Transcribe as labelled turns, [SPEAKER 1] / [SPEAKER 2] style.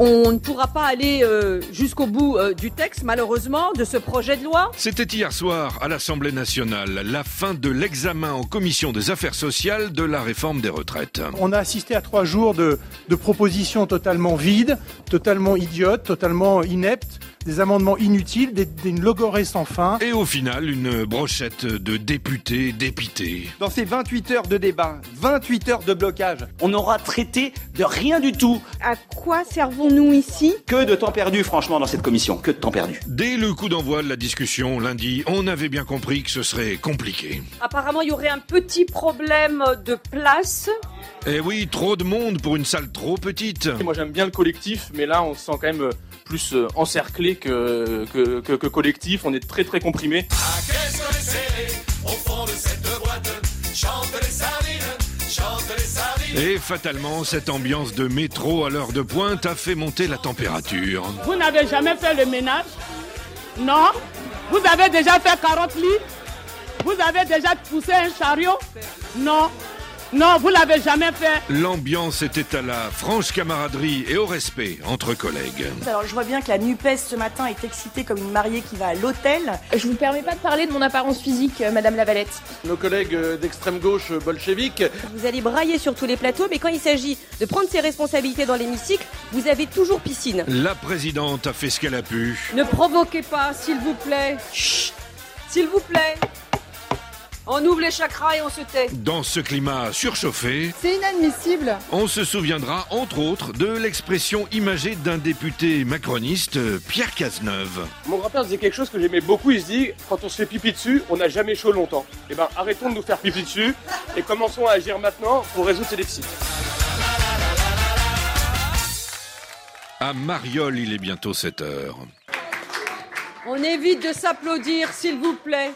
[SPEAKER 1] On ne pourra pas aller euh, jusqu'au bout euh, du texte, malheureusement, de ce projet de loi.
[SPEAKER 2] C'était hier soir à l'Assemblée nationale, la fin de l'examen en commission des affaires sociales de la réforme des retraites.
[SPEAKER 3] On a assisté à trois jours de, de propositions totalement vides, totalement idiotes, totalement ineptes, des amendements inutiles, des, des logorées sans fin.
[SPEAKER 2] Et au final, une brochette de députés dépités.
[SPEAKER 4] Dans ces 28 heures de débat, 28 heures de blocage,
[SPEAKER 5] on aura traité de rien du tout.
[SPEAKER 6] À quoi servons-nous ici
[SPEAKER 5] Que de temps perdu, franchement, dans cette commission. Que de temps perdu.
[SPEAKER 2] Dès le coup d'envoi de la discussion lundi, on avait bien compris que ce serait compliqué.
[SPEAKER 1] Apparemment, il y aurait un petit problème de place.
[SPEAKER 2] Eh oui, trop de monde pour une salle trop petite.
[SPEAKER 7] Moi, j'aime bien le collectif, mais là, on se sent quand même euh, plus encerclé que, que, que, que collectif. On est très très comprimé.
[SPEAKER 2] Et fatalement, cette ambiance de métro à l'heure de pointe a fait monter la température.
[SPEAKER 8] Vous n'avez jamais fait le ménage Non Vous avez déjà fait 40 lits Vous avez déjà poussé un chariot Non non, vous l'avez jamais fait.
[SPEAKER 2] L'ambiance était à la franche camaraderie et au respect entre collègues.
[SPEAKER 9] Alors je vois bien que la NUPES ce matin est excitée comme une mariée qui va à l'hôtel.
[SPEAKER 10] Je vous permets pas de parler de mon apparence physique, euh, Madame Lavalette.
[SPEAKER 11] Nos collègues d'extrême gauche bolchevique.
[SPEAKER 12] Vous allez brailler sur tous les plateaux, mais quand il s'agit de prendre ses responsabilités dans l'hémicycle, vous avez toujours piscine.
[SPEAKER 2] La présidente a fait ce qu'elle a pu.
[SPEAKER 1] Ne provoquez pas, s'il vous plaît. Chut S'il vous plaît on ouvre les chakras et on se tait.
[SPEAKER 2] Dans ce climat surchauffé,
[SPEAKER 13] c'est inadmissible.
[SPEAKER 2] On se souviendra entre autres de l'expression imagée d'un député macroniste, euh, Pierre Cazeneuve.
[SPEAKER 7] Mon grand-père disait quelque chose que j'aimais beaucoup. Il se dit quand on se fait pipi dessus, on n'a jamais chaud longtemps. Eh ben, arrêtons de nous faire pipi dessus et commençons à agir maintenant pour résoudre ces déficits.
[SPEAKER 2] À Mariol, il est bientôt 7 heures.
[SPEAKER 1] On évite de s'applaudir, s'il vous plaît.